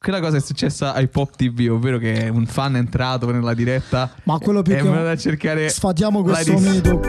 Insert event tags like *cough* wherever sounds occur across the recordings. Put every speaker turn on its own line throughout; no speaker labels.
quella cosa è successa ai Pop TV, ovvero che un fan è entrato nella diretta
Ma quello più
e è
che
andato a cercare
sfatiamo
la
questo
dis-
mito.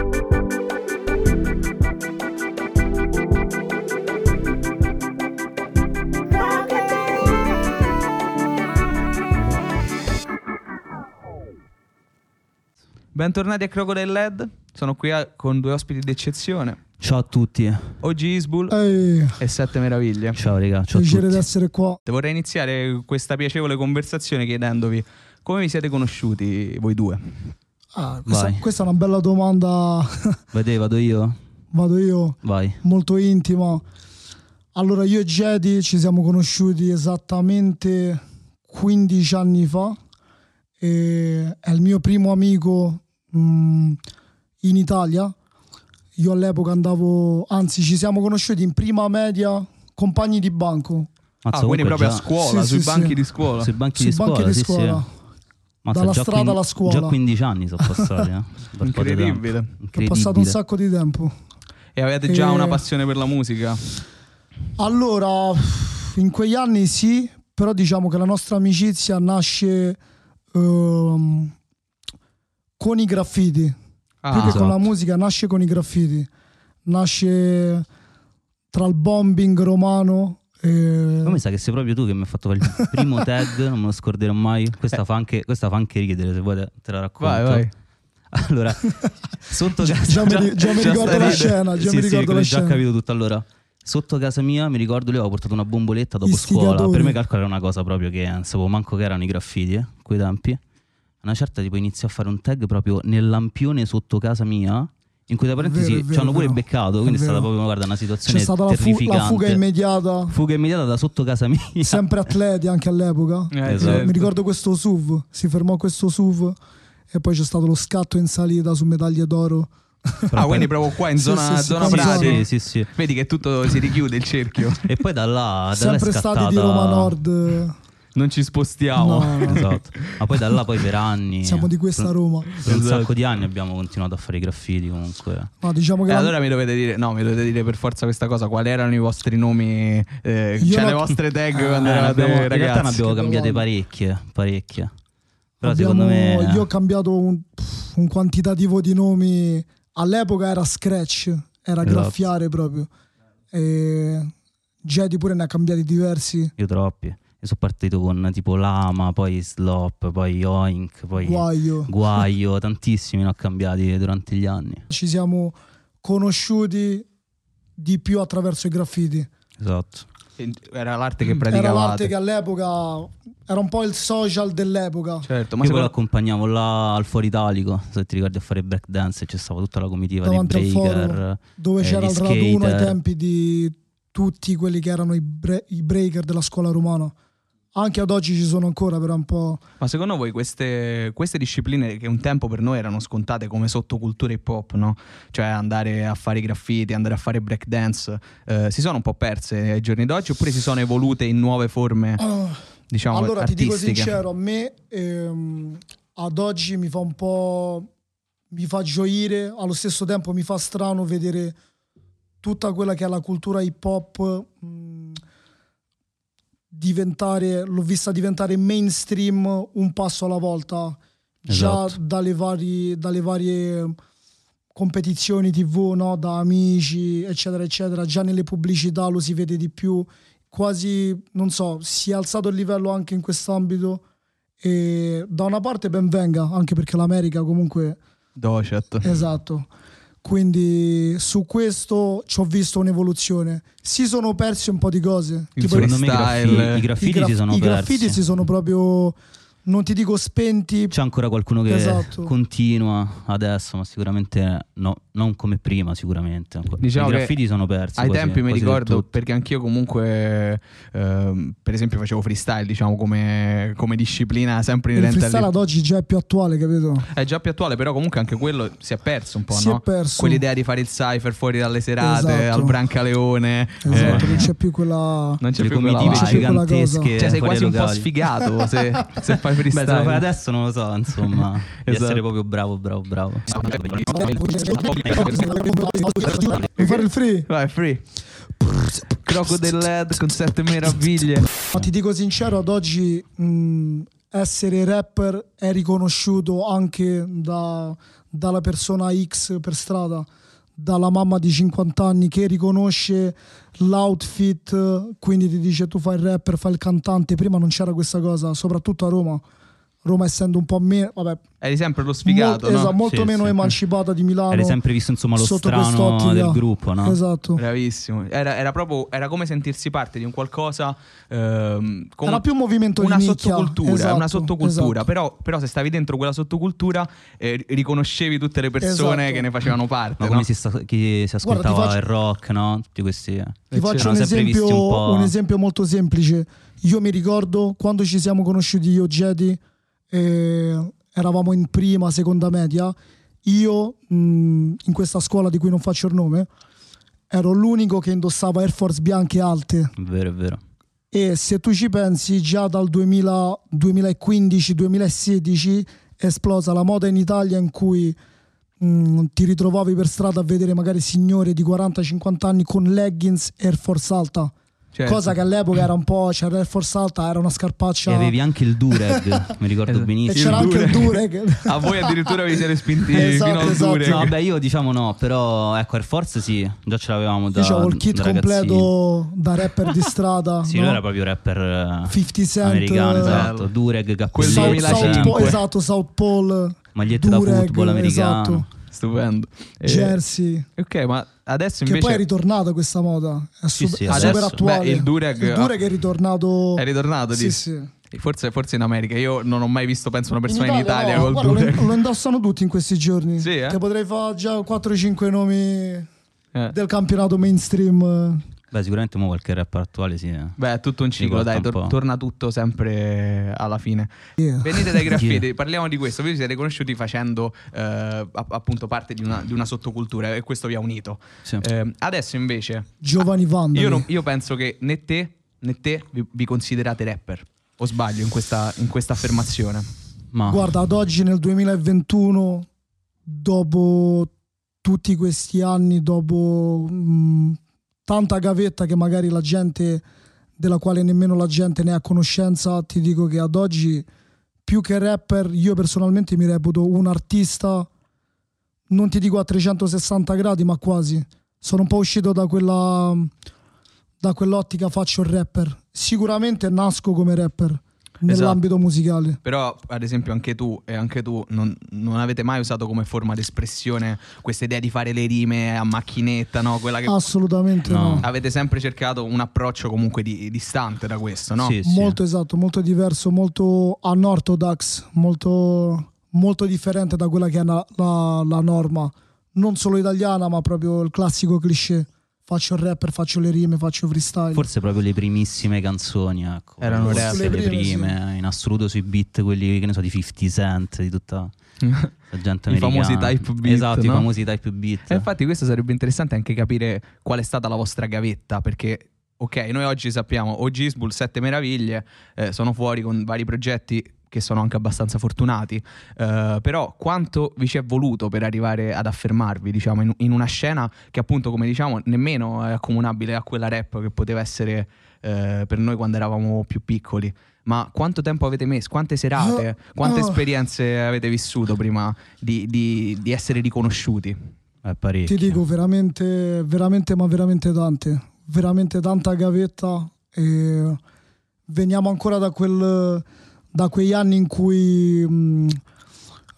Bentornati a Crocodile Led, sono qui a- con due ospiti d'eccezione.
Ciao a tutti.
Oggi Isbul
Eh. Ehi,
e Sette Meraviglie.
Ciao, raga. Ciao a
piacere di
tutti.
essere qua.
Vorrei iniziare questa piacevole conversazione chiedendovi come vi siete conosciuti voi due.
Ah, questa,
Vai.
questa è una bella domanda, *laughs*
Vedete, vado io?
vado io,
Vai.
molto intima. Allora, io e Jedi ci siamo conosciuti esattamente 15 anni fa. E è il mio primo amico mh, in Italia. Io all'epoca andavo, anzi, ci siamo conosciuti in prima media, compagni di banco,
Mazza,
ah, quindi
comunque
proprio a
già
scuola,
Sì,
sui
sì,
banchi
sì.
di scuola.
Sui banchi
sui
di
banchi
scuola,
di
sì,
scuola.
sì. Mazza,
Dalla
già
strada
quin-
alla scuola.
Già 15
*laughs*
anni sono passati, eh. Per poco di tempo.
Incredibile.
È
Incredibile.
passato un sacco di tempo.
E avete già
Eh.
una passione per la musica?
Allora, in quegli anni sì, però diciamo che la nostra amicizia nasce ehm, con i graffiti, più che
Ah,
con la
Esatto.
musica, nasce con i graffiti, nasce tra il bombing romano e...
Ma mi sa che sei proprio tu che mi hai fatto fare
*laughs*
il primo tag, non me lo scorderò mai. Questa fa anche, questa fa anche ridere, se vuoi te, te la racconto.
Eh. vai, vai.
Allora,
*laughs*
sotto casa
già mi ri- già mi ricordo
stai
la
ridendo.
scena, già
Sì,
mi
sì,
ricordo la
ho già
scena.
capito tutto. Allora, sotto casa mia, mi ricordo, io avevo portato una bomboletta dopo scuola.
Istigatori.
Per me calcola era una cosa proprio che eh, non sapevo manco che erano i graffiti, eh, quei tempi. A Una certa tipo iniziò a fare un tag proprio nel lampione sotto casa mia. In cui da parentesi
Vero, è
ci
vero,
hanno pure
vero.
beccato,
È
quindi è, stata
vero.
proprio guarda, una situazione
c'è stata la, fu-
terrificante.
la fuga immediata,
Fuga immediata da sotto casa mia.
sempre atleti anche all'epoca.
Eh,
Esatto.
certo.
cioè, Mi ricordo questo SUV, si fermò questo SUV e poi c'è stato lo scatto in salita su medaglie d'oro.
Ah, quindi proprio qua in
Sì,
zona,
sì, sì,
zona
con
Prati.
Prati.
Sì, sì, sì.
Vedi che tutto si richiude il
*laughs*
cerchio.
E poi da là, da là è
Sempre stati di
scattata-
Roma Nord. eh,
Non ci spostiamo.
no, no.
Esatto. Ma poi da là poi per anni.
Siamo di questa
per-
Roma.
Per un
Esatto.
sacco di anni abbiamo continuato a fare i graffiti
Eh,
comunque. Eh,
No, diciamo che
E
la-
allora mi dovete dire, no, mi dovete dire per forza questa cosa, quali erano i vostri nomi, eh,
Io
cioè
no-
le vostre tag quando
Eh, ne
eravate
abbiamo- in realtà ne
ragazzi.
abbiamo
che
cambiate
domanda.
parecchie, parecchie. Però
abbiamo-
secondo me
io ho cambiato un, pff, un quantitativo di nomi. All'epoca era scratch, era
Esatto.
graffiare proprio. E Jedi pure ne ha cambiati diversi.
io troppi. Io sono partito con tipo Lama, poi Slop, poi Oink, poi
Guaio.
Guaio, tantissimi ne ho cambiati durante gli anni.
Ci siamo conosciuti di più attraverso i graffiti.
Esatto.
Era l'arte che
Era l'arte
praticavate.
che all'epoca era un po' il social dell'epoca.
Certo,
Ma
ma
io poi
secondo...
lo accompagnavo là al Foro Italico, se ti ricordi a fare breakdance, c'è stava tutta la comitiva
Davanti al
dei
foro.
breaker.
dove
eh,
c'era
gli
il raduno ai
skater.
tempi di tutti quelli che erano i, bre- i breaker della scuola romana. Anche ad oggi ci sono ancora, però è un po'.
ma secondo voi queste, queste discipline che un tempo per noi erano scontate come sottoculture hip hop, no? Cioè andare a fare i graffiti, andare a fare breakdance, eh, si sono un po' perse ai giorni d'oggi oppure si sono evolute in nuove forme, diciamo,
Ah, allora ti
artistiche?
dico sincero, a me ehm, ad oggi mi fa un po'. mi fa gioire, allo stesso tempo mi fa strano vedere tutta quella che è la cultura mm, hip hop mh, diventare, l'ho vista diventare mainstream un passo alla volta, già
Esatto.
dalle, vari- dalle varie competizioni tv, no? da amici, eccetera, eccetera, già nelle pubblicità lo si vede di più, quasi, non so, si è alzato il livello anche in quest'ambito e da una parte ben venga, anche perché l'America comunque
Docet.
Esatto. Quindi su questo ci ho visto un'evoluzione. Si sono persi un po' di cose.
Il
Tipo,
freestyle,
i,
Secondo me i
Freestyle.
graffiti, i graffiti
graf-
si sono
i graffiti
persi.
si sono proprio, non ti dico spenti,
C'è ancora qualcuno che
Esatto.
continua adesso, ma sicuramente no, non come prima, sicuramente.
Diciamo
I
che
graffiti sono persi.
Ai
quasi-
tempi mi
quasi del
ricordo
tutto.
perché anch'io comunque ehm, per esempio facevo freestyle diciamo come, come disciplina sempre
il
inerente
freestyle
alle...
ad oggi già è più attuale, capito?
Eh.
è già più attuale però comunque anche quello si è perso un po'
si
no?
è perso.
quell'idea di fare il cypher fuori dalle serate
Esatto.
al Brancaleone
Esatto,
eh,
non c'è più quella...
non c'è
le
più quella
comitive
c'è
vibe.
più quella
gigantesche.
cosa.
cioè sei
fuori
quasi un po'
locali.
sfigato se, se fai
*laughs* Beh, se lo fai
freestyle
adesso non lo
*laughs*
so, insomma, di
Esatto.
essere proprio bravo, bravo, bravo.
Vuoi fare il free?
Crocodile Head con sette meraviglie.
Ma ti dico sincero, ad oggi mh, essere rapper è riconosciuto anche da- dalla persona X per strada, dalla mamma di 50 anni che riconosce l'outfit, quindi ti dice tu fai il rapper, fai il cantante. Prima non c'era questa cosa, soprattutto a Roma. Roma essendo un po' meno, vabbè,
Eri sempre lo sfigato,
mol-
no?
esatto, molto
Sì,
meno
sì.
emancipata di Milano.
Eri sempre visto insomma lo
sotto
strano
quest'ottica.
del gruppo, no?
Esatto.
Bravissimo. Era, era proprio era come sentirsi parte di un qualcosa. Ehm, con
Era più un movimento di
una
nicchia.
sottocultura,
Esatto,
una sottocultura.
esatto.
Però, però se stavi dentro quella sottocultura eh, riconoscevi tutte le persone
Esatto.
che ne facevano parte.
Ma come
no?
si, sta- chi
Guarda, ti
si ascoltava
faccio-
il rock, no? Tutti questi... eh.
Ti faccio
erano
un
sempre visti
esempio,
un po'...
un esempio molto semplice. Io mi ricordo quando ci siamo conosciuti io, Jedi, eh, eravamo in prima, seconda media. Io, mh, in questa scuola di cui non faccio il nome, ero l'unico che indossava Air Force bianche alte.
Vero, è vero.
E se tu ci pensi, già dal 2015-2016 è esplosa la moda in Italia in cui mh, ti ritrovavi per strada a vedere magari signore di 40-50 anni con leggings Air Force alta.
Certo.
Cosa che all'epoca era un po'. C'era l'Air Force alta, era una scarpaccia.
E avevi anche il
*laughs*
Durag, mi
Esatto.
ricordo
e
il
benissimo.
c'era anche il
Durag.
Dureg.
*laughs* A voi addirittura vi siete spinti
*laughs* Esatto,
fino al
esatto.
Durek.
No, vabbè, io diciamo no, però ecco, Air Force sì, già ce l'avevamo da
Io c'avevo il kit
da ragazzini.
completo da rapper di strada.
Sì,
no?
lui era proprio rapper eh,
50 Cent.
americano,
eh,
esatto.
Bello.
Dureg,
Quel
South,
cappellino,
2005.
South Pole, esatto, South Pole.
magliette da
Durag,
football americano.
esatto.
Stupendo. Eh,
Jersey.
ok, ma adesso
Che
invece
poi è ritornata questa moda, è,
Sì,
super-
sì,
è
adesso-
super attuale.
beh, il Durag-
è ritornato.
è ritornato.
Sì,
dici?
sì.
Forse, forse in America. Io non ho mai visto, penso, una persona in Italia,
no,
col
guarda, lo,
Durek.
lo indossano tutti in questi giorni.
Sì, eh?
Che potrei fare già 4-5 nomi
Eh.
del campionato mainstream.
Beh, sicuramente mo qualche rapper attuale sì. eh.
Beh, è tutto un ciclo,
Ricorda
dai,
un
tor-
po'.
torna tutto sempre alla fine.
Yeah.
Venite dai graffiti, parliamo di questo. Voi siete conosciuti facendo eh, app- appunto parte di una, di una sottocultura e questo vi ha unito.
Sì.
Eh, adesso invece,
Giovanni Vandali.
io, non- io penso che né te né te vi, vi considerate rapper. O sbaglio in questa, in questa affermazione?
Ma
Guarda, ad oggi nel 2021, dopo tutti questi anni, dopo mh, tanta gavetta che magari la gente, della quale nemmeno la gente ne ha conoscenza, ti dico che ad oggi, più che rapper, io personalmente mi reputo un artista, non ti dico a 360 gradi, ma quasi. Sono un po' uscito da quella... Da quell'ottica faccio il rapper. Sicuramente nasco come rapper nell'ambito musicale.
Però, ad esempio, anche tu e anche tu non, non avete mai usato come forma d'espressione questa idea di fare le rime a macchinetta, no? Quella
Oh,
che
Assolutamente no.
No.
avete sempre cercato un approccio comunque di- distante da questo, no?
Sì, sì.
Molto esatto, molto diverso, molto unorthodox, molto, molto differente da quella che è la, la- la norma, non solo italiana, ma proprio il classico cliché. Faccio il rapper, faccio le rime, faccio freestyle.
Forse proprio le primissime canzoni, ecco.
Erano
Forse
rap. Le
le
prime,
prime, eh, in assoluto sui beat quelli che ne so di 50 Cent,
*laughs*
di tutta la gente
I
americana.
famosi type beat,
Esatto, i
no?
famosi type beat.
E infatti questo sarebbe interessante anche capire qual è stata la vostra gavetta, perché ok, noi oggi sappiamo, o Gisbull, Sette Meraviglie, eh, sono fuori con vari progetti che sono anche abbastanza fortunati, eh, però quanto vi ci è voluto per arrivare ad affermarvi, diciamo, in, in una scena che appunto, come diciamo, nemmeno è accomunabile a quella rap che poteva essere eh, per noi quando eravamo più piccoli. Ma quanto tempo avete messo? Quante serate? Quante
oh.
esperienze avete vissuto prima di- di- di essere riconosciuti?
È parecchio.
Ti dico veramente, veramente, ma veramente tante, veramente tanta gavetta. E veniamo ancora da, quel, da quegli anni in cui, mh,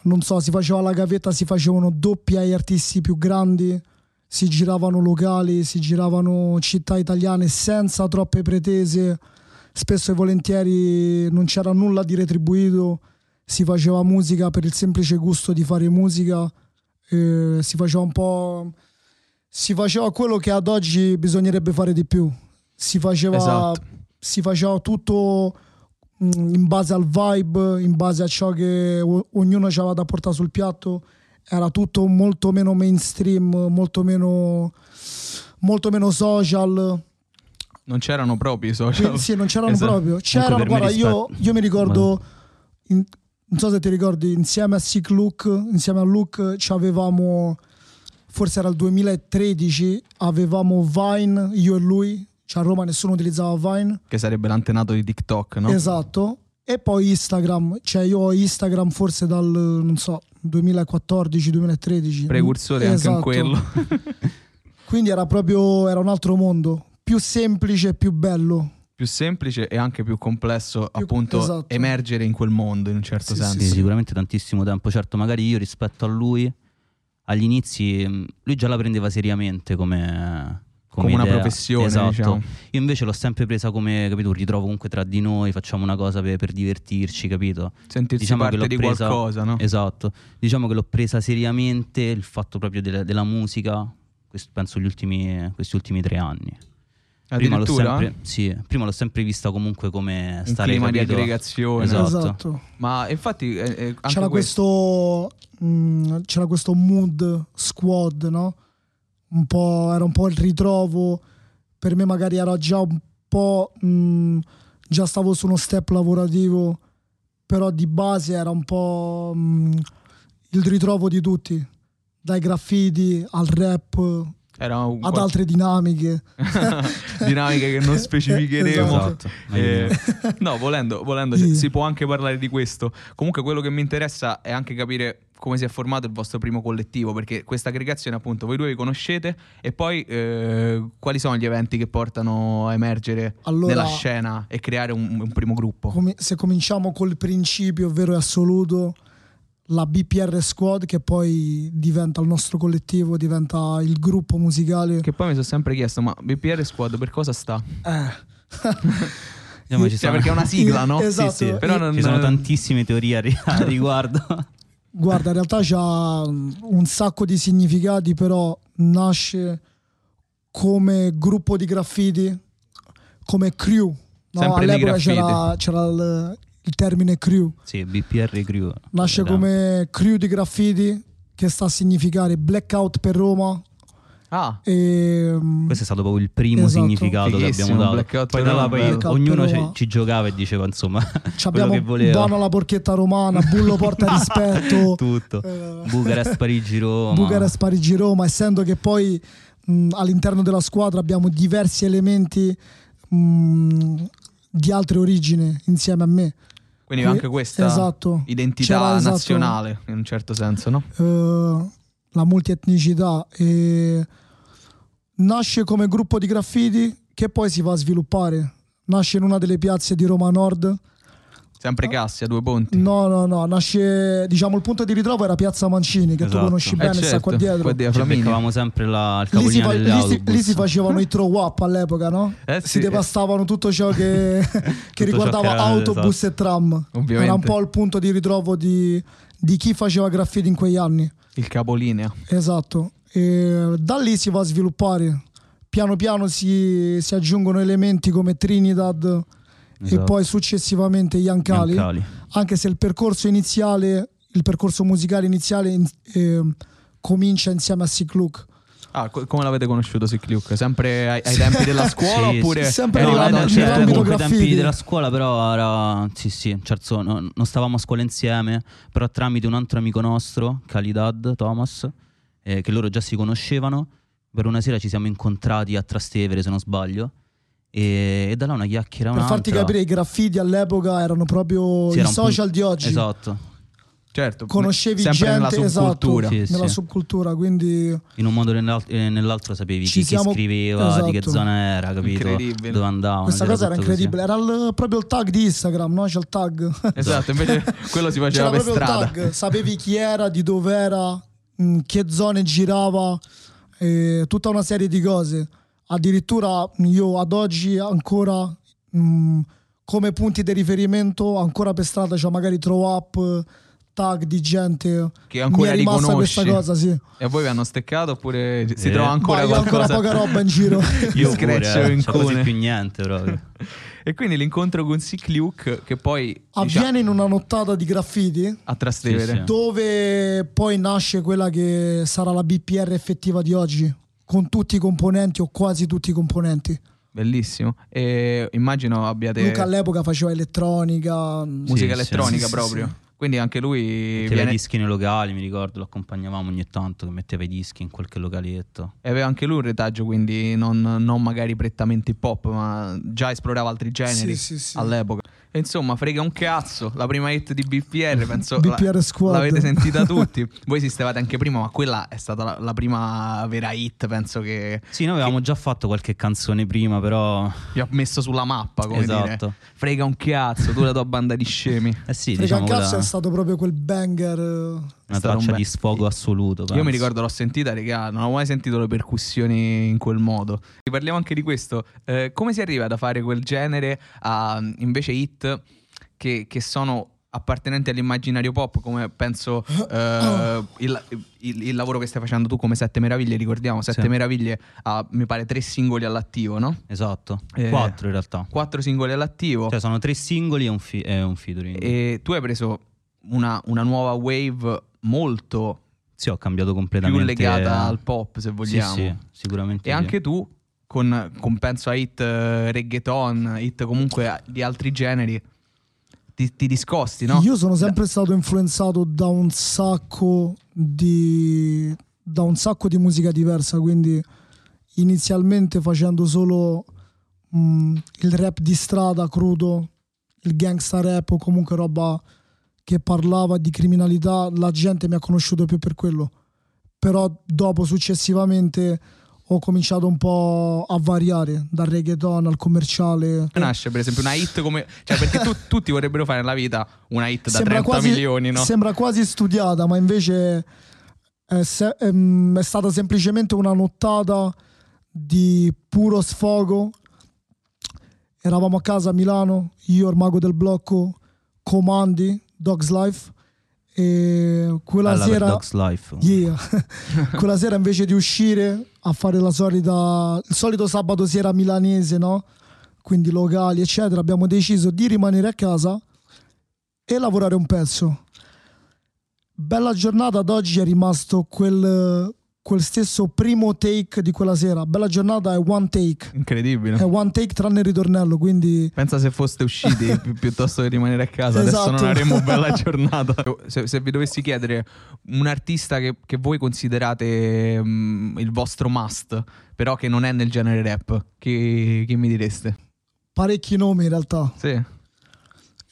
non so, si faceva la gavetta, si facevano doppi agli artisti più grandi, si giravano locali, si giravano città italiane senza troppe pretese. Spesso e volentieri non c'era nulla di retribuito, si faceva musica per il semplice gusto di fare musica eh, si faceva un po'. Si faceva quello che ad oggi bisognerebbe fare di più. Si faceva,
Esatto.
si faceva tutto mm, in base al vibe, in base a ciò che o- ognuno aveva da portare sul piatto. Era tutto molto meno mainstream, molto meno, molto meno social.
Non c'erano propri i social.
Quindi, sì, non c'erano
Esatto.
proprio. C'erano,
per me
guarda, io,
rispetto-
io mi ricordo, in- non so se ti ricordi, insieme a Sick Luke, insieme a Luke, ci avevamo forse era il 2013, avevamo Vine, io e lui, cioè a Roma nessuno utilizzava Vine,
Che sarebbe l'antenato di TikTok, no?
esatto, e poi Instagram, cioè io ho Instagram forse dal, non so, 2014-2013.
Precursore
Esatto.
anche in
*laughs*
quello.
Quindi era proprio, era un altro mondo, più semplice e più bello.
più semplice e anche più complesso,
Più-
appunto,
esatto.
emergere in quel mondo in un certo
Sì,
senso.
Sì, sicuramente tantissimo tempo. Certo, magari io rispetto a lui, agli inizi, mh, lui già la prendeva seriamente come...
Come una
idea.
professione,
esatto.
diciamo.
Io invece l'ho sempre presa come, capito, un ritrovo comunque tra di noi, facciamo una cosa per, per divertirci, capito?
Sentirsi
Diciamo che
parte
l'ho
di
presa-
qualcosa, no?
Esatto. Diciamo che l'ho presa seriamente il fatto proprio della, della musica, questo, penso gli ultimi, questi ultimi tre anni. Prima l'ho,
Addirittura
sempre, sì, prima l'ho sempre vista comunque come
un
stare
clima di
capito?
aggregazione.
Esatto.
Ma infatti eh, eh, anche
C'era
questo,
questo, mh, c'era questo mood squad, no? Un po', era un po' il ritrovo, per me magari era già un po'... mh, già stavo su uno step lavorativo, però di base era un po' mh, il ritrovo di tutti, dai graffiti al rap,
era un
ad altre dinamiche.
*laughs*
Eh,
dinamiche
*laughs*
che non specificheremo.
Esatto.
Eh, no, volendo, volendo cioè,
Sì.
si può anche parlare di questo. Comunque quello che mi interessa è anche capire come si è formato il vostro primo collettivo, perché questa aggregazione appunto voi due vi conoscete e poi eh, quali sono gli eventi che portano a emergere
Allora-
nella scena e creare un, un primo gruppo?
Come- se cominciamo col principio, ovvero e assoluto, la BPR Squad, che poi diventa il nostro collettivo, diventa il gruppo musicale.
Che poi mi sono sempre chiesto, ma BPR Squad per cosa sta?
Eh.
Diciamo, ci
Cioè,
sono-
perché è una *laughs* sigla, no?
*laughs* Esatto.
Sì, sì.
Però non,
Ci sono tantissime teorie a ri- *laughs* a riguardo.
Guarda, in realtà c'ha mm, un sacco di significati, però nasce come gruppo di graffiti, come crew. No,
Sempre di
all'epoca
graffiti.
c'era, c'era il, il termine crew.
Sì, BPR Crew.
Nasce
Esatto.
Era-
come crew di graffiti, che sta a significare blackout per Roma.
Ah,
E, mm,
Questo è stato proprio il primo
Esatto.
significato che
Fighissimo,
abbiamo dato.
Blackout
poi da là
Roma,
poi
bello.
ognuno
Blackout
ci,
Roma.
ci giocava e diceva insomma
Ci
quello che
abbiamo
voleva.
Dano la porchetta romana, Bullo
*laughs*
porta rispetto,
Tutto.
eh, *laughs*
Bucarest, Parigi, Roma.
Bucarest, Parigi, Roma, essendo che poi mh, all'interno della squadra abbiamo diversi elementi mh, di altre origine insieme a me.
quindi
Qui-
anche questa
esatto.
identità
C'era, esatto.
nazionale in un certo senso, no?
Eh, la multietnicità e nasce come gruppo di graffiti che poi si va a sviluppare. Nasce in una delle piazze di Roma Nord. Ah.
Sempre Cassia, due ponti.
No, no, no, nasce, diciamo, il punto di ritrovo era Piazza Mancini, che tu
Esatto.
conosci
Eh,
bene, sta
certo,
qua dietro.
qua dietro,
Ci
Flaminio.
beccavamo sempre la, il
Lì si,
capolino
fa- lì si-
dell'autobus.
lì si facevano i throw up all'epoca, no?
Eh,
si
sì.
devastavano tutto ciò
*laughs*
che, che
ciò che
riguardava
era-
autobus
esatto.
e tram.
Ovviamente.
Era un po' il punto di ritrovo di, di chi faceva graffiti in quegli anni.
Il capolinea.
Esatto. E da lì si va a sviluppare. Piano piano si, si aggiungono elementi come Trinidad e
Esatto.
poi successivamente Yankali.
Biancali.
Anche se il percorso iniziale, il percorso musicale iniziale in- ehm, comincia insieme a Sick Luke.
Ah, co- come l'avete conosciuto Sicliuk? Sempre ai, ai tempi
*laughs*
della scuola
Sì, sì.
oppure
Sempre
No,
arrivato
no,
al
certo.
nell'ambito
comunque ai
graffiti.
tempi della scuola però era sì sì certo, no- non stavamo a scuola insieme però tramite un altro amico nostro Khalidad Thomas eh, che loro già si conoscevano per una sera ci siamo incontrati a Trastevere se non sbaglio e, e da là una chiacchiera
Per
un'altra
farti capire, i graffiti all'epoca erano proprio
Sì, era
i
un pun-
social di oggi.
esatto
Certo,
Conoscevi
sempre nella
gente, esatto,
subcultura.
Sì, sì.
nella subcultura, quindi
in un modo o nell'al- eh, nell'altro sapevi
Ci
chi, chi
siamo-
scriveva di che
esatto.
zona era capito
Incredibile.
dove andava
questa cosa era incredibile. Era il- proprio il tag di Instagram, no? C'è il tag.
*laughs*
Esatto,
*laughs*
invece quello si
C'era
faceva per
proprio
strada.
il tag, sapevi chi era, di dove era, in che zone girava, eh, tutta una serie di cose. Addirittura io ad oggi ancora mh, come punti di riferimento, ancora per strada c'ho magari throw up, tag di gente.
Che ancora
Mi è rimasta questa
riconosci.
cosa, sì.
E a voi vi hanno steccato oppure si
Eh.
trova ancora
Ma io ho
qualcosa?
ancora poca roba in giro.
io pure,
screccio
eh,
in
cioè, quasi
cune.
più
*laughs*
niente proprio
*laughs* E quindi l'incontro con Sicliuk che poi
Ah,
diciamo,
Avviene in una nottata di graffiti
a Trastevere.
Sì, sì.
dove poi nasce quella che sarà la BPR effettiva di oggi, con tutti i componenti o quasi tutti i componenti.
Bellissimo. E immagino abbiate
Luca all'epoca faceva elettronica, mm,
musica
Sì, sì.
elettronica
Sì, sì,
proprio.
sì.
Quindi anche lui
Metteva
viene-
i dischi nei locali, mi ricordo, lo accompagnavamo ogni tanto che metteva i dischi in qualche localetto.
e aveva anche lui un retaggio, quindi non, non magari prettamente hip hop, ma già esplorava altri generi
sì, sì.
all'epoca. E insomma, frega un cazzo, la prima hit di BPR,
*laughs*
penso la-
BPR Squad.
l'avete
*laughs*
sentita tutti. Voi esistevate anche prima, ma quella è stata la, la prima vera hit, penso che
Sì, noi avevamo già fatto qualche canzone prima, però...
vi ha messo sulla mappa, Ah, come dire.
esatto.
Frega un cazzo, tu e la tua banda di scemi.
Eh sì,
Frega
diciamo
cazzo
quella-
è stato proprio quel banger. eh,
una
stato un
traccia
bel-
di sfogo assoluto.
Io
penso.
mi ricordo, l'ho sentita, regà, non ho mai sentito le percussioni in quel modo. Ti Parliamo anche di questo. Eh, come si arriva da fare quel genere a mm, invece hit che, che sono appartenenti all'immaginario pop, come penso eh, il, il- il lavoro che stai facendo tu come Sette Meraviglie, ricordiamo, Sette
Sì.
Meraviglie ha, mi pare, tre singoli all'attivo, no?
Esatto,
Eh.
quattro in realtà.
Quattro singoli all'attivo.
Cioè sono tre singoli e un, fi- e un featuring.
E tu hai preso una, una nuova wave molto
Sì, ho cambiato
più
completamente. eh,
legata al pop, se
Sì,
vogliamo.
sì, sicuramente.
E
sì.
anche tu, con, con penso a hit eh, reggaeton, hit comunque a- di altri generi, ti, ti discosti, no?
Io sono sempre stato influenzato da un sacco di da un sacco di musica diversa, quindi inizialmente facendo solo mh, il rap di strada crudo, il gangsta rap o comunque roba che parlava di criminalità, la gente mi ha conosciuto più per quello. Però dopo successivamente ho cominciato un po' a variare dal reggaeton al commerciale.
Come Nasce per esempio una hit come... Cioè perché tu- tutti vorrebbero fare nella vita una hit da 30 milioni, no?
Sembra quasi studiata, ma invece è, se- ehm, è stata semplicemente una nottata di puro sfogo. Eravamo a casa a Milano, io, il mago del blocco, Comandi, Dogs Life. E quella
Bella per
sera.
Dogs Life.
Yeah. *laughs* Quella sera invece di uscire a fare la solita, il solito sabato sera milanese, no? Quindi locali, eccetera, abbiamo deciso di rimanere a casa e lavorare un pezzo. Bella giornata ad oggi è rimasto quel, quel stesso primo take di quella sera. Bella giornata è one take, è
Incredibile.
one take tranne il ritornello, quindi
Pensa se foste
*laughs*
usciti pi- piuttosto che rimanere a casa, adesso non
Esatto. *laughs*
avremmo *laughs* bella giornata. Se, se vi dovessi chiedere un artista che, che voi considerate mm, il vostro must, però che non è nel genere rap, chi, chi mi direste?
parecchi nomi in realtà.
Sì.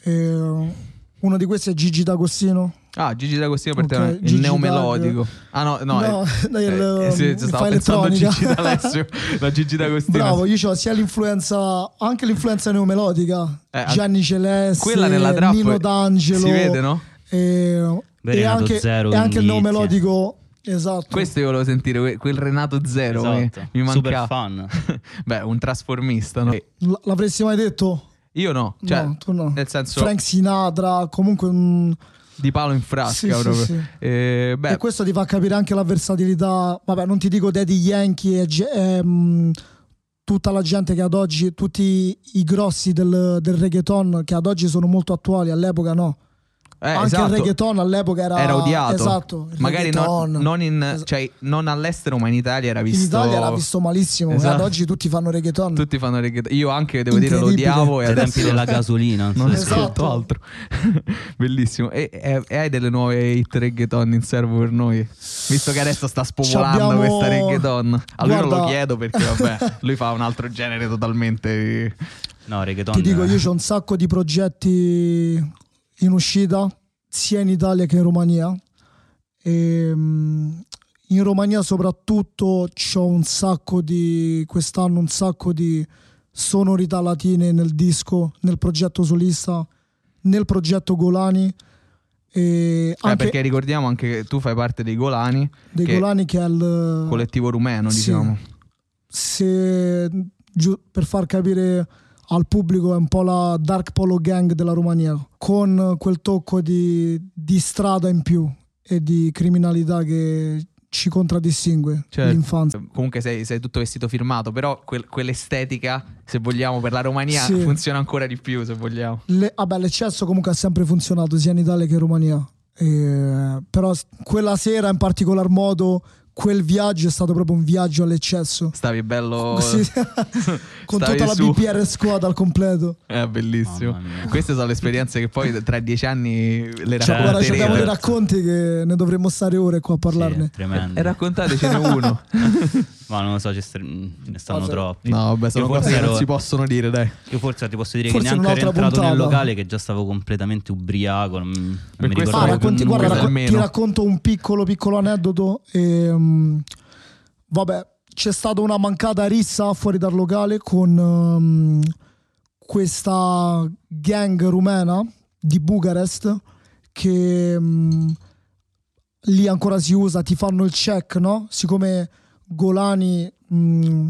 Eh, uno di questi è Gigi D'Agostino.
Ah, Gigi D'Agostino per
Ok,
te è il
Gigi
neomelodico. Ah no, no, eh,
*laughs* no, il-
eh, sì,
fa
stavo pensando a
elettronica.
Gigi
*laughs*
D'Alessio, no, Gigi D'Agostino.
Bravo, io ho sia l'influenza, anche l'influenza neomelodica,
Eh, a-
Gianni Celeste,
Quella nella trap
Nino D'Angelo,
Si vede, no?
e,
Beh,
e
Renato
anche,
Zero,
e anche il
Venditti.
neomelodico, esatto,
Questo io volevo sentire, que- quel Renato Zero
Esatto.
che mi
Super
mancava.
fan.
Beh, un trasformista, no? Eh,
L- l'avresti mai detto?
Io no, cioè,
no, tu no.
nel senso
Frank Sinatra, comunque... mm,
di palo in
sì,
frasca
sì,
proprio.
sì.
Eh, beh,
E questo ti fa capire anche la versatilità, vabbè non ti dico Daddy Yankee e ge- e, mm, tutta la gente che ad oggi, tutti i grossi del, del reggaeton che ad oggi sono molto attuali, all'epoca no.
eh,
anche
esatto,
il reggaeton all'epoca era,
era odiato.
Esatto, il
Magari non,
reggaeton.
non in-
Esa-
cioè, non all'estero, ma in Italia era visto.
in Italia era visto malissimo e ad
Esatto.
oggi tutti fanno reggaeton.
Tutti fanno reggaeton. Io anche, devo dire, lo
Mm. Incredibile.
odiavo e
Ai
adesso...
tempi della gasolina.
Non
sì, sì.
Esatto.
ascolto altro. *laughs* Bellissimo. E, e- e hai delle nuove hit reggaeton in serbo per noi? Visto che adesso sta spopolando
C'abbiamo-
questa reggaeton. A lui non lo
Guarda-
chiedo perché,
*laughs*
vabbè, lui fa un altro genere totalmente. Cioè,
No, reggaeton.
Ti dico, io ho un sacco di progetti in uscita, sia in Italia che in Romania. Ehm, in Romania soprattutto c'ho un sacco di, quest'anno un sacco di sonorità latine nel disco, nel progetto solista, nel progetto Golani. E
Eh,
anche
perché ricordiamo anche che tu fai parte dei Golani,
dei
che-
Golani che è il...
collettivo rumeno,
Sì.
diciamo.
se giu- per far capire al pubblico è un po' la Dark Polo Gang della Romania, con quel tocco di, di strada in più e di criminalità che ci contraddistingue
Certo.
l'infanzia.
Comunque sei, sei tutto vestito firmato, però quel- quell'estetica, se vogliamo, per la Romania
Sì.
funziona ancora di più, se vogliamo.
Le- vabbè, l'eccesso comunque ha sempre funzionato sia in Italia che in Romania. Eh, però s- quella sera in particolar modo quel viaggio è stato proprio un viaggio all'eccesso.
Stavi bello.
Sì, *laughs*
*laughs*
con
Stavi
tutta la
Oh, su.
BPR squad al completo.
È bellissimo.
Mamma mia.
Queste sono le esperienze che poi tra dieci anni le
Cioè, guarda, ci abbiamo
racconterete.
dei racconti che ne dovremmo stare ore qua a parlarne.
Sì, tremendo.
E
*laughs*
raccontatecene uno.
Ma non lo so, ce st- ce ne stanno
Cosa-
troppi.
No, vabbè, sono
Io
cose
forse
che non
ero-
si possono dire, dai.
Io forse ti posso dire
Forse
che neanche ero
un'altra
entrato nel
puntata.
locale che già stavo completamente ubriaco. Non, non mi
questo-
ricordavo
Ah,
Guarda,
racconti-
un-
più
guarda,
nulla.
questo
racco-
almeno.
ti racconto un piccolo, piccolo aneddoto. Ehm, vabbè, c'è stata una mancata rissa fuori dal locale con ehm, questa gang rumena di Bucarest che ehm, lì ancora si usa, ti fanno il check, no? Siccome Golani mh, Mm,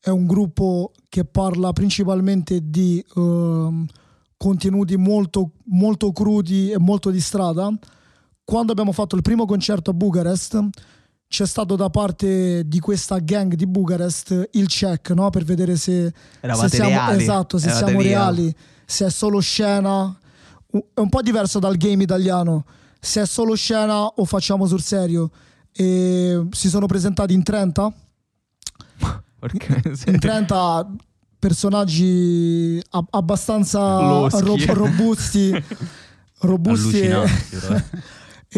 è un gruppo che parla principalmente di ehm, contenuti molto, molto crudi e molto di strada. Quando abbiamo fatto il primo concerto a Bucarest, c'è stato da parte di questa gang di Bucarest il check no? per vedere se, se
Eravate
siamo,
reali.
esatto, se
Eravate
siamo reali, se è solo scena. U- È un po' diverso dal game italiano, se è solo scena o facciamo sul serio. E si sono presentati in 30
*laughs* Perché se-
in 30 personaggi ab- abbastanza
Loschi.
rob- robusti, robusti e, *laughs*
Allucinanti, però. eh.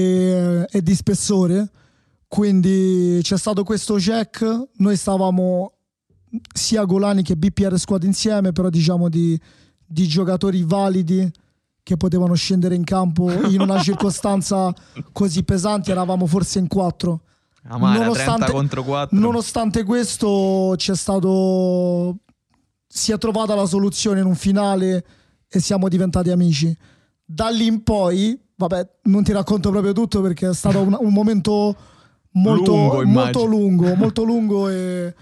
e- e di spessore. Quindi c'è stato questo check. Noi stavamo sia Golani che BPR squad insieme, però diciamo di, di giocatori validi che potevano scendere in campo in una circostanza così pesante. Eravamo forse in quattro.
Amara, 30
nonostante-
contro 4.
Nonostante questo, c'è stato. Si è trovata la soluzione in un finale e siamo diventati amici. Da lì in poi, vabbè, non ti racconto proprio tutto perché è stato un, un momento molto
Lungo,
lungo, molto
immagino.
lungo, molto lungo e,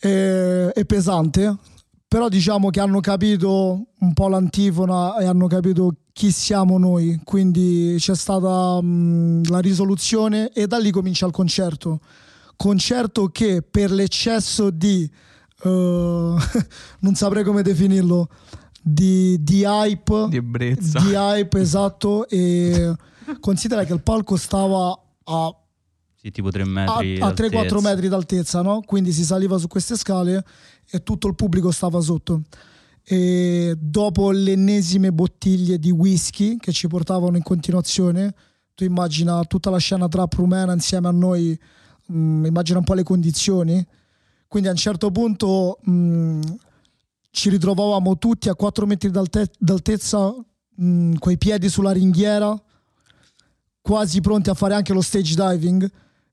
e- e pesante. Però diciamo che hanno capito un po' l'antifona e hanno capito chi siamo noi. Quindi c'è stata mh, la risoluzione e da lì comincia il concerto concerto che per l'eccesso di eh, *laughs* non saprei come definirlo di, di hype
Di ebbrezza.
di hype esatto e considera che il palco stava a
Sì, tipo 3
a,
metri.
a 3-4
d'altezza.
metri d'altezza, no? quindi si saliva su queste scale e tutto il pubblico stava sotto. E dopo le ennesime bottiglie di whisky che ci portavano in continuazione, tu immagina tutta la scena trap rumena insieme a noi, mh, immagina un po' le condizioni. Quindi a un certo punto mh, ci ritrovavamo tutti a 4 metri d'alte- d'altezza, mh, coi piedi sulla ringhiera, quasi pronti a fare anche lo stage diving.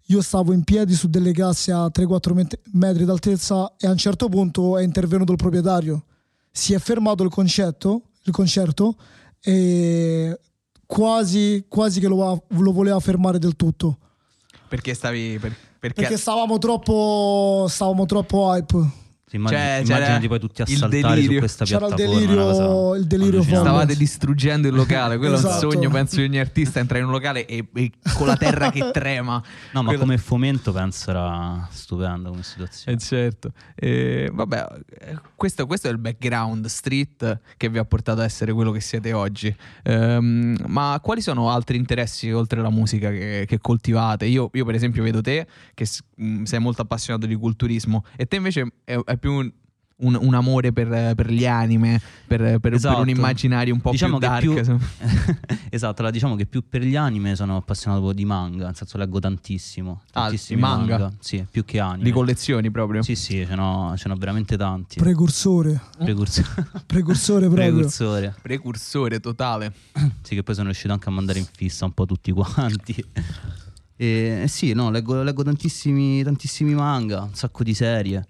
Io stavo in piedi su delle casse a 3-4 met- metri d'altezza e a un certo punto è intervenuto il proprietario. Si è fermato il concetto- il concerto e quasi, quasi che lo, va- lo voleva fermare del tutto.
Perché stavi... per- perché...
Perché stavamo troppo, stavamo troppo hype.
Sì, immagini-
Cioè, c'era
immaginati poi tutti
il
assaltare su
delirio.
questa
C'era il
piattaforma.
delirio-
una cosa
il delirio
allucinante.
folle.
Stavate distruggendo il locale, quello è
Esatto.
un sogno, penso di ogni artista, entra in un locale e, e con la terra
*laughs*
che trema.
No, ma
Quello-
come fomento penso era stupendo come situazione.
Eh, certo, Eh, vabbè, eh, questo, questo è il background street che vi ha portato a essere quello che siete oggi. Ehm, ma quali sono altri interessi oltre alla musica che, che coltivate? Io, io, per esempio, vedo te che s- mh, sei molto appassionato di culturismo e te invece è, è più un, un- un amore per, per gli anime, per, per- per
Esatto.
un immaginario un po'
Diciamo
più
che
dark.
più-
Eh,
*laughs* esatto, allora, diciamo che più per gli anime sono appassionato proprio di manga, nel senso leggo tantissimo.
Ah,
Tantissimi
di manga?
Sì, più che anime.
Li collezioni proprio.
Sì, sì, ce n'ho, ce n'ho veramente tanti.
Precursore,
Eh?
Precursore.
precursore proprio.
Precursore.
Precursore totale.
Sì, che poi sono riuscito anche a mandare in fissa un po' tutti quanti. E, eh sì, no, leggo, leggo tantissimi, tantissimi manga, un sacco di serie.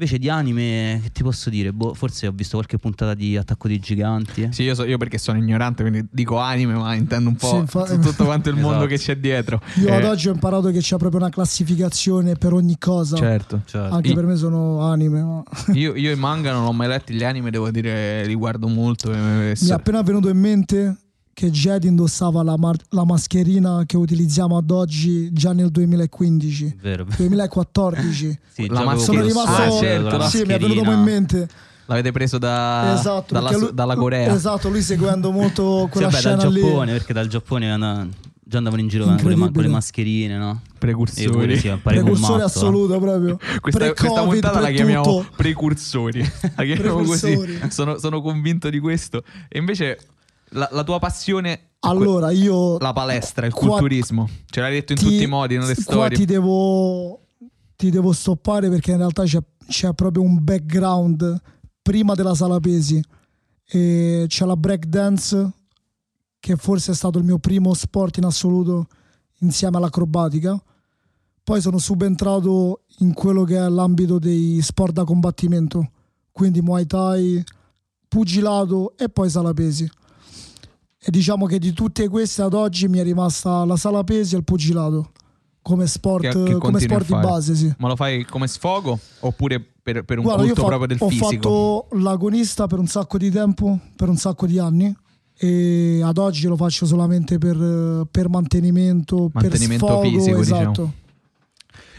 Invece di anime, che ti posso dire? Boh, forse ho visto qualche puntata di Attacco dei Giganti.
Sì, io, so- io perché sono ignorante, quindi dico anime, ma intendo un po'
Sì, infa-
tu- tutto quanto il
Esatto.
mondo che c'è dietro.
Io ad
Eh,
oggi ho imparato che c'è proprio una classificazione per ogni cosa.
Certo.
Cioè,
Anche per me sono anime. ma-
*laughs* Io, io i manga non ho mai letto gli anime, devo dire, li guardo molto. eh,
Mi è
so-
appena venuto in mente che Jed indossava la, mar- la mascherina che utilizziamo ad oggi già nel 2015,
vero.
*laughs*
2014.
*laughs* Sì,
La
già avevo
mas-
Sono
Quello
questo
rimasto...
solo,
sogno
Ah, certo,
con la
sì, mi è venuto
mascherina.
in mente.
L'avete preso da,
esatto,
dalla,
perché lui-
dalla Corea.
Esatto, lui seguendo molto
*laughs*
Sì,
quella
vabbè, dal
scena lì.
Giappone, perché dal Giappone è una- Già andavano in giro con le, ma- con le
Incredibile.
mascherine, no? Io pure,
*laughs* Precursori.
sì, apparivo un
Precursore
matto,
assoluto proprio.
Questa, questa
Pre-Covid,
puntata la
pre
chiamiamo
tutto.
precursori. La chiamiamo così.
Precursori.
Sono, sono convinto di questo. E invece la, la tua passione,
Allora, io
la palestra, il
Qua-
culturismo, ce l'hai detto in
ti-
tutti i modi, nelle
qua
storie.
ti devo, ti devo stoppare perché in realtà c'è, c'è proprio un background prima della sala pesi. E c'è la break dance, che forse è stato il mio primo sport in assoluto insieme all'acrobatica. Poi sono subentrato in quello che è l'ambito dei sport da combattimento, quindi Muay Thai, pugilato e poi sala pesi. E diciamo che di tutte queste ad oggi mi è rimasta la sala pesi e il pugilato come sport,
Che- che
come
continui a
sport di
fare.
base, sì.
Ma lo fai come sfogo oppure per, per un
Guarda, io
culto
fa-
proprio del
ho
fisico?
fatto l'agonista per un sacco di tempo, per un sacco di anni e ad oggi lo faccio solamente per, per mantenimento,
Mantenimento
per sfogo,
fisico,
esatto.
diciamo.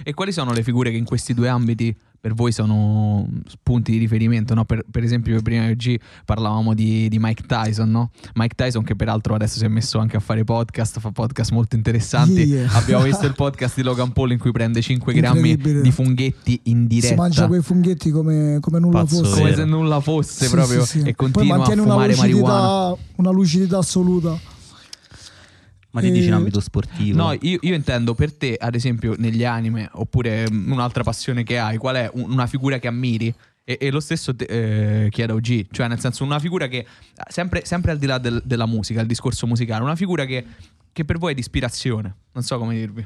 E quali sono le figure che in questi due ambiti per voi sono punti di riferimento? no? Per, per esempio, prima di oggi parlavamo di, di Mike Tyson, no? Mike Tyson, che peraltro adesso si è messo anche a fare podcast, fa podcast molto interessanti.
Yeah.
Abbiamo visto il podcast di Logan Paul in cui prende 5 grammi
Incredibile.
di funghetti in diretta.
*laughs* Si mangia quei funghetti come, come nulla
Pazzo
fosse.
come
Vero.
se nulla fosse
Sì,
proprio
sì, sì.
e
Poi
continua a
mantiene una
fumare marijuana.
lucidità, una lucidità assoluta.
Ma ti dici in
Eh,
ambito sportivo?
No, io, io intendo per te, ad esempio, negli anime, oppure mm, un'altra passione che hai, qual è un- una figura che ammiri? E, e lo stesso te- eh, chiedo a OG, cioè nel senso una figura che, sempre, sempre al di là del- della musica, il discorso musicale, una figura che, che per voi è di ispirazione, non so come dirvi.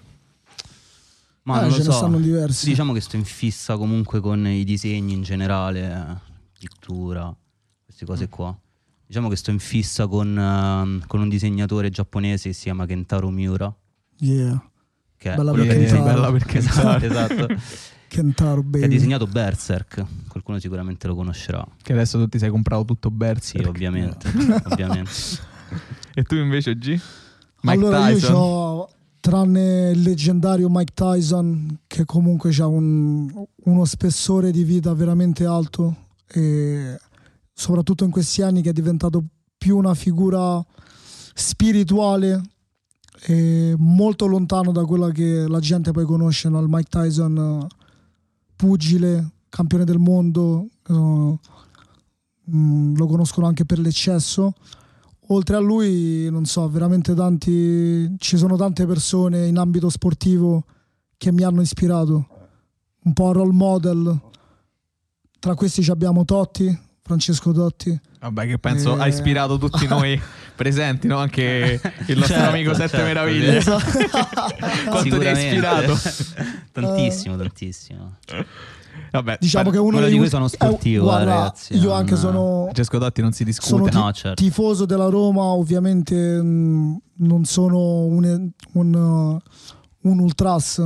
Ma
Eh,
non lo
ce ne
so.
stanno diversi.
Diciamo che sto in fissa comunque con i disegni in generale, eh, pittura, queste
Mm.
cose qua. Diciamo che sto in fissa con, ehm, con un disegnatore giapponese che si chiama Kentaro Miura.
Yeah.
Che è
Bella
quello che
perché
disegna-
Kentaro. bella
perché
*laughs*
*laughs*
esatto, esatto.
Kentaro
che ha
baby.
disegnato Berserk. Qualcuno sicuramente lo conoscerà.
Che adesso tu ti sei comprato tutto
Sì,
Berserk.
*laughs*
ovviamente. ovviamente.
E tu invece OG? Mike
allora
Tyson?
io ho tranne il leggendario Mike Tyson che comunque ha un- uno spessore di vita veramente alto e soprattutto in questi anni che è diventato più una figura spirituale e molto lontano da quella che la gente poi conosce, no? il Mike Tyson eh, pugile, campione del mondo, eh, mm, lo conoscono anche per l'eccesso. Oltre a lui, non so, veramente tanti, ci sono tante persone in ambito sportivo che mi hanno ispirato, un po' role model. Tra questi ci abbiamo Totti, Francesco Totti,
Vabbè, che penso
Eh.
ha ispirato
*laughs*
tutti noi presenti, no? Anche il nostro
Certo,
amico Sette
certo,
Meraviglie.
Esatto.
Quanto ti ha
Sicuramente.
ispirato?
*laughs* tantissimo, tantissimo.
Vabbè,
Diciamo
per-
che è uno
quello
dei
di cui
ulti-
sono
eh,
sportivo,
guarda,
ragazzi,
Io
non-
anche sono
Francesco Dotti non si discute.
sono ti-
No, certo.
tifoso della Roma, ovviamente mh, non sono un, un, uh, un ultras,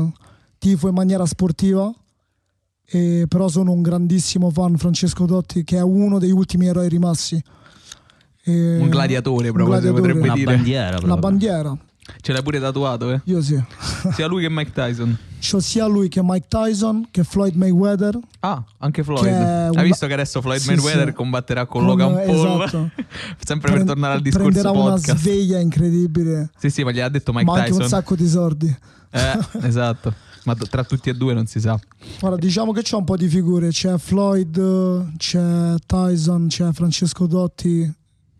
tifo in maniera sportiva, e però sono un grandissimo fan Francesco Dotti che è uno degli ultimi eroi rimasti. E-
Un gladiatore,
un
proprio, si
gladiatore.
potrebbe
Una
dire.
bandiera proprio.
La bandiera,
Ce l'hai pure tatuato,
*laughs*
eh?
io sì.
Sia lui che Mike Tyson.
C'ho sia lui che Mike Tyson, che Floyd Mayweather.
Ah, anche
Che è
Floyd.
una-
Hai visto che adesso Floyd
Sì,
Mayweather
sì.
combatterà con
Con-
Logan Paul?
esatto.
*laughs* Sempre per
Pren-
tornare al
Prenderà
discorso
una
podcast.
sveglia incredibile,
Sì, sì, ma gliel'ha detto Mike
ma anche
Tyson.
un sacco di sordi.
Eh, esatto. Ma t- tra tutti e due non si sa.
Guarda, diciamo che c'è un po' di figure, c'è Floyd, c'è Tyson, c'è Francesco Dotti,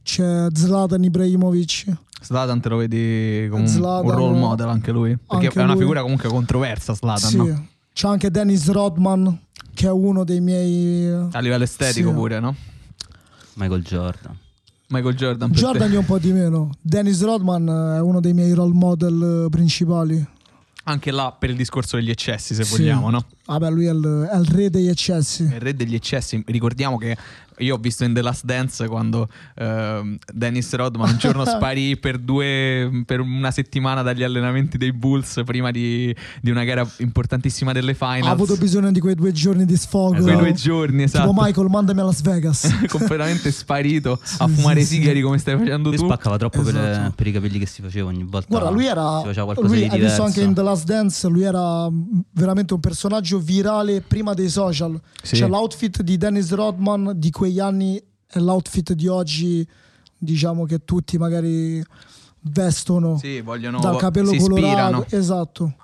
c'è Zlatan Ibrahimovic.
Slatan te lo vedi come un- un
Zlatan-
role model anche lui. Perché
anche
è una
lui.
figura comunque controversa Slatan,
Sì.
no?
C'è anche Dennis Rodman, che è uno dei miei...
A livello estetico
Sì.
pure, no?
Michael Jordan.
Michael Jordan per
Jordan
te.
io un po' di meno. Dennis Rodman è uno dei miei role model eh, principali.
Anche là per il discorso degli eccessi, se
Sì.
vogliamo, no?
Vabbè, lui è il, è il re degli eccessi.
Il eh, re degli eccessi. Ricordiamo che io ho visto in The Last Dance quando ehm, Dennis Rodman un
*laughs*
giorno sparì per, due, per una settimana dagli allenamenti dei Bulls prima di, di una gara importantissima delle finals. Esatto.
Ha avuto bisogno di quei due giorni di sfogo.
Quei due giorni, esatto.
Tipo Michael, mandami a Las Vegas.
*laughs* Completamente sparito a
Sì,
fumare
sì, sì.
sigari come stai facendo
Lui
tu.
spaccava troppo per- per,
Esatto.
i capelli che si faceva ogni volta.
Guarda, lui
Si
era.
faceva qualcosa
Lui,
di
hai visto
diverso.
anche in The Last Dance, lui era mh, veramente un personaggio virale prima dei social.
Sì.
Cioè, l'outfit di Dennis Rodman di quegli anni è l'outfit di oggi, diciamo che tutti magari vestono
Sì, vogliono.
dal capello
si ispirano.
colorato. Esatto,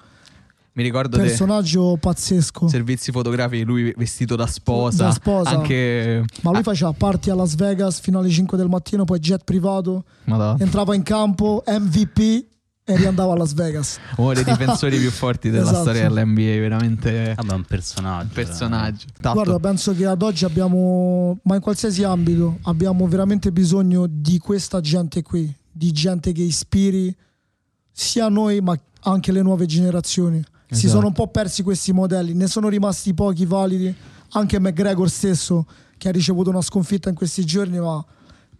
Mi ricordo te-
personaggio pazzesco.
servizi fotografici, lui vestito da sposa.
Da sposa.
Anche.
Ma lui
Ah,
faceva party a Las Vegas fino alle 5 del mattino, poi jet privato,
Madonna.
entrava in campo, MVP e riandava a Las Vegas.
Uno dei difensori più forti della
Esatto.
storia dell'NBA, veramente.
Vabbè, è un personaggio.
Un personaggio. Tatto.
Guarda, penso che ad oggi abbiamo, ma in qualsiasi ambito, abbiamo veramente bisogno di questa gente qui, di gente che ispiri sia noi ma anche le nuove generazioni. Si
Esatto.
sono un po' persi questi modelli, ne sono rimasti pochi validi, anche McGregor stesso che ha ricevuto una sconfitta in questi giorni, ma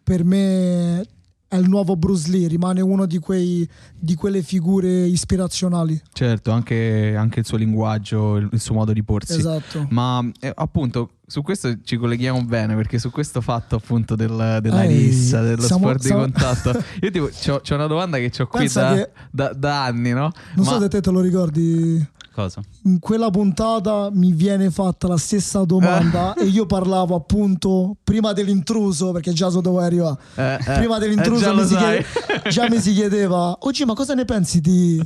per me è il nuovo Bruce Lee, rimane uno di, quei, di quelle figure ispirazionali.
Certo, anche, anche il suo linguaggio, il, il suo modo di porsi.
Esatto.
Ma eh, appunto su questo ci colleghiamo bene perché su questo fatto appunto del- della
Ehi,
rissa, dello
siamo-
sport
siamo-
di
*laughs*
contatto, io tipo c'ho, c'ho una domanda che ho qui
Pensa
da,
che-
da- da anni, no?
Non
Ma
so se te te lo ricordi.
Cosa?
in quella puntata mi viene fatta la stessa domanda
Eh.
e io parlavo appunto prima dell'intruso perché già so dove arriva
eh, eh,
prima
eh,
dell'intruso
già
mi
lo
si
sai.
chiede- già mi si chiedeva oggi ma cosa ne pensi di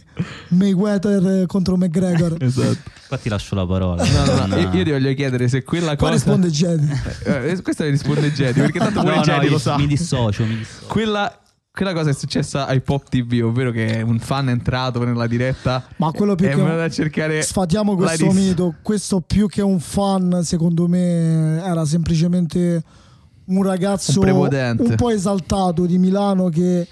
Mayweather contro McGregor
Esatto.
Qua ti lascio la parola.
*laughs* No, no, no,
Non-
io, io ti voglio chiedere se quella
poi
cosa
risponde Jedi
Eh, eh, questa risponde
*laughs*
Jedi perché tanto pure
No, no,
Jedi
io
lo sa.
Mi dissocio, mi dissocio.
Quella, quella cosa è successa ai Pop TV, ovvero che un fan è entrato nella diretta
Ma quello più
e è
che-
venuto a cercare
sfatiamo
la
questo
rissa.
mito questo più che un fan secondo me era semplicemente un ragazzo
Un prepotente.
un po' esaltato di Milano che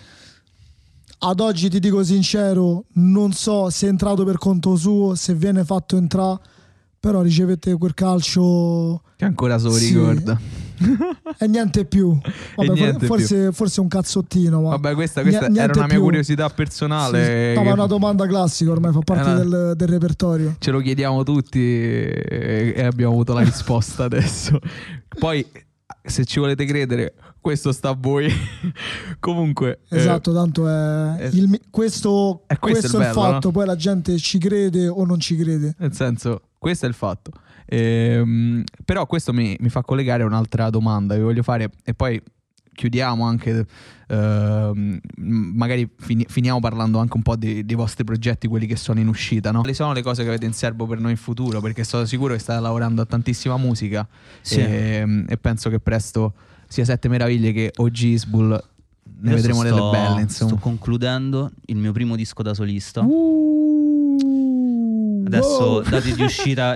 ad oggi ti dico sincero non so se è entrato per conto suo se viene fatto entrare però ricevette quel calcio
che ancora se lo
Sì.
ricorda.
e niente
*laughs*
più Vabbè, for-
niente più.
forse, forse un cazzottino ma
Vabbè, questa, questa
Ni-
era
niente
una mia
più.
curiosità personale.
Sì, no, ma è
che
una domanda classica ormai fa parte
Eh, no.
del- del repertorio
Ce lo chiediamo tutti e e abbiamo avuto la risposta
*laughs*
adesso. Poi, se ci volete credere, questo sta a voi. *laughs* Comunque, eh,
Esatto, tanto è
eh,
il mi- questo,
eh, questo
questo
è
è
il
il
bello,
fatto,
no?
poi la gente ci crede o non ci crede.
nel senso, questo è il fatto. Ehm, però questo mi, mi fa collegare a un'altra domanda che voglio fare e poi chiudiamo anche, ehm, magari fini- finiamo parlando anche un po' dei, dei vostri progetti, quelli che sono in uscita, no? Quali sono le cose che avete in serbo per noi in futuro? Perché sono sicuro che state lavorando a tantissima musica
Sì.
e, e penso che presto sia Sette Meraviglie che oggi Isbul ne
Io
vedremo
sto-
delle belle,
Sto
insomma.
concludendo il mio primo disco da solista.
Uh,
Adesso
wow.
date di uscita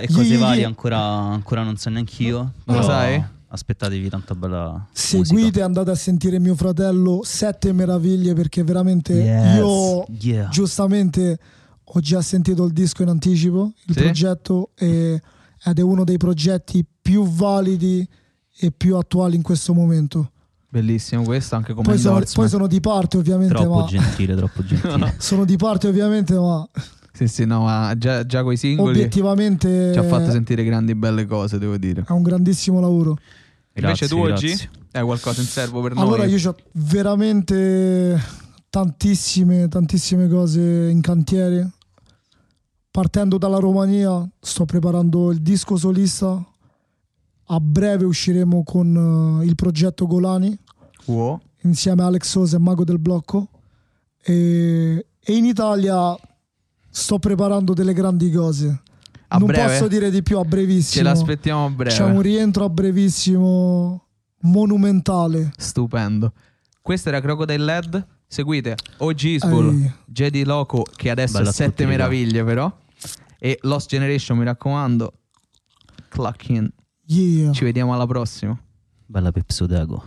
*laughs*
e
Gli-
cose
gli-
varie ancora, ancora non so neanche io.
lo
però
sai?
Aspettatevi tanta bella musica.
Seguite, andate a sentire mio fratello Sette Meraviglie perché veramente
Yes,
io
yeah.
giustamente ho già sentito il disco in anticipo, il
Sì?
progetto e- ed è uno dei progetti più validi e più attuali in questo momento.
Bellissimo questo anche come
Poi sono,
endorsement.
poi sono di parte ovviamente,
Troppo
ma
*laughs*
gentile, troppo gentile.
sono di parte ovviamente, ma
Sì, sì, no, ma già, già coi singoli
obiettivamente
ci ha fatto sentire grandi belle cose, devo dire.
è un grandissimo lavoro.
Invece
Grazie,
tu
grazie.
oggi hai qualcosa in serbo per
Allora
noi?
io ho veramente tantissime, tantissime cose in cantiere. Partendo dalla Romania sto preparando il disco solista. A breve usciremo con eh, il progetto Golani
Wow.
insieme a Alex Sosa e Mago del Blocco. E, e in Italia sto preparando delle grandi cose.
A
non
breve?
posso dire di più, a
Ce
brevissimo.
l'aspettiamo a breve.
C'è un rientro a brevissimo monumentale.
Stupendo. Questa era Crocodile Led. Seguite oggi
Ehi.
Isbul, Jedi Loco, che adesso
Bella
è Sette
scottigliata.
Meraviglie, però. E Lost Generation, mi raccomando. Clock in.
Yeah.
Ci vediamo alla prossima.
Bella Pepsodago.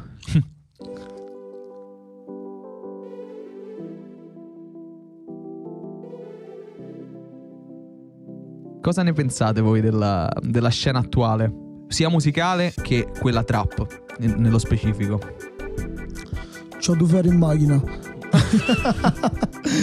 Cosa ne pensate voi della, della scena attuale? Sia musicale che quella trap, ne- nello specifico.
C'ho due ferri in macchina.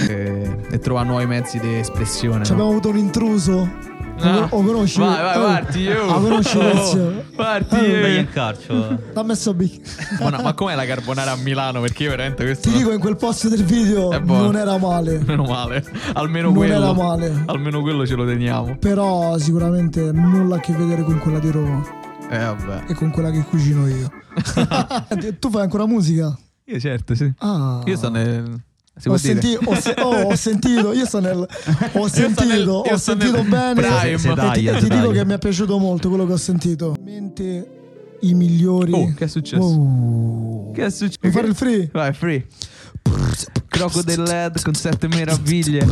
Eh e, e trova nuovi mezzi di espressione.
Ci
no?
abbiamo avuto un intruso.
Ah.
Lo conosci?
Vai, vai,
Oh, *laughs*
parti io.
Lo conosci
Oh,
Ezio?
parti
Oh,
io.
Dai in carcio.
L'ha messo big.
Buona- ma com'è la carbonara a Milano? Perché io veramente questo...
Ti dico in quel post del video
È buono.
non era male.
Meno male. Almeno
Non
quello.
era male.
Almeno quello ce lo teniamo.
Però sicuramente nulla a che vedere con quella di Roma
Eh vabbè.
e con quella che
*laughs*
cucino io. tu fai ancora musica?
Io certo, sì.
Ah.
Io sto nel... Si
Ho,
può dire?
senti- ho se- oh,
*laughs*
ho sentito, io sto nel, ho sentito,
io
ho
sto nel
sentito bene
prime.
e
Se
ti,
taglia,
e
se
ti dico
taglia.
che mi è piaciuto molto quello che ho sentito. Mente i migliori.
Oh, che è successo?
Wow.
Che è successo?
Vuoi fare il free?
Vai, free. Crocodile Lad con sette meraviglie.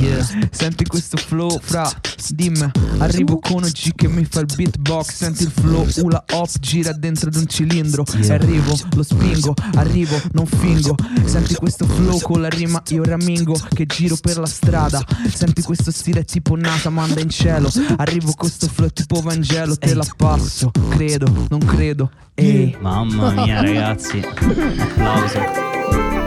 Senti questo flow fra Dim. Arrivo con OG che mi fa il beatbox. Senti il flow, ula hop, gira dentro ad un cilindro. E arrivo, lo spingo, arrivo, non fingo. Senti questo flow con la rima, io ramingo. Che giro per la strada. Senti questo stile tipo NASA, manda in cielo. Arrivo con sto flow tipo Vangelo, te la passo. Credo, non credo. Ehi.
Mamma mia, ragazzi. Applauso.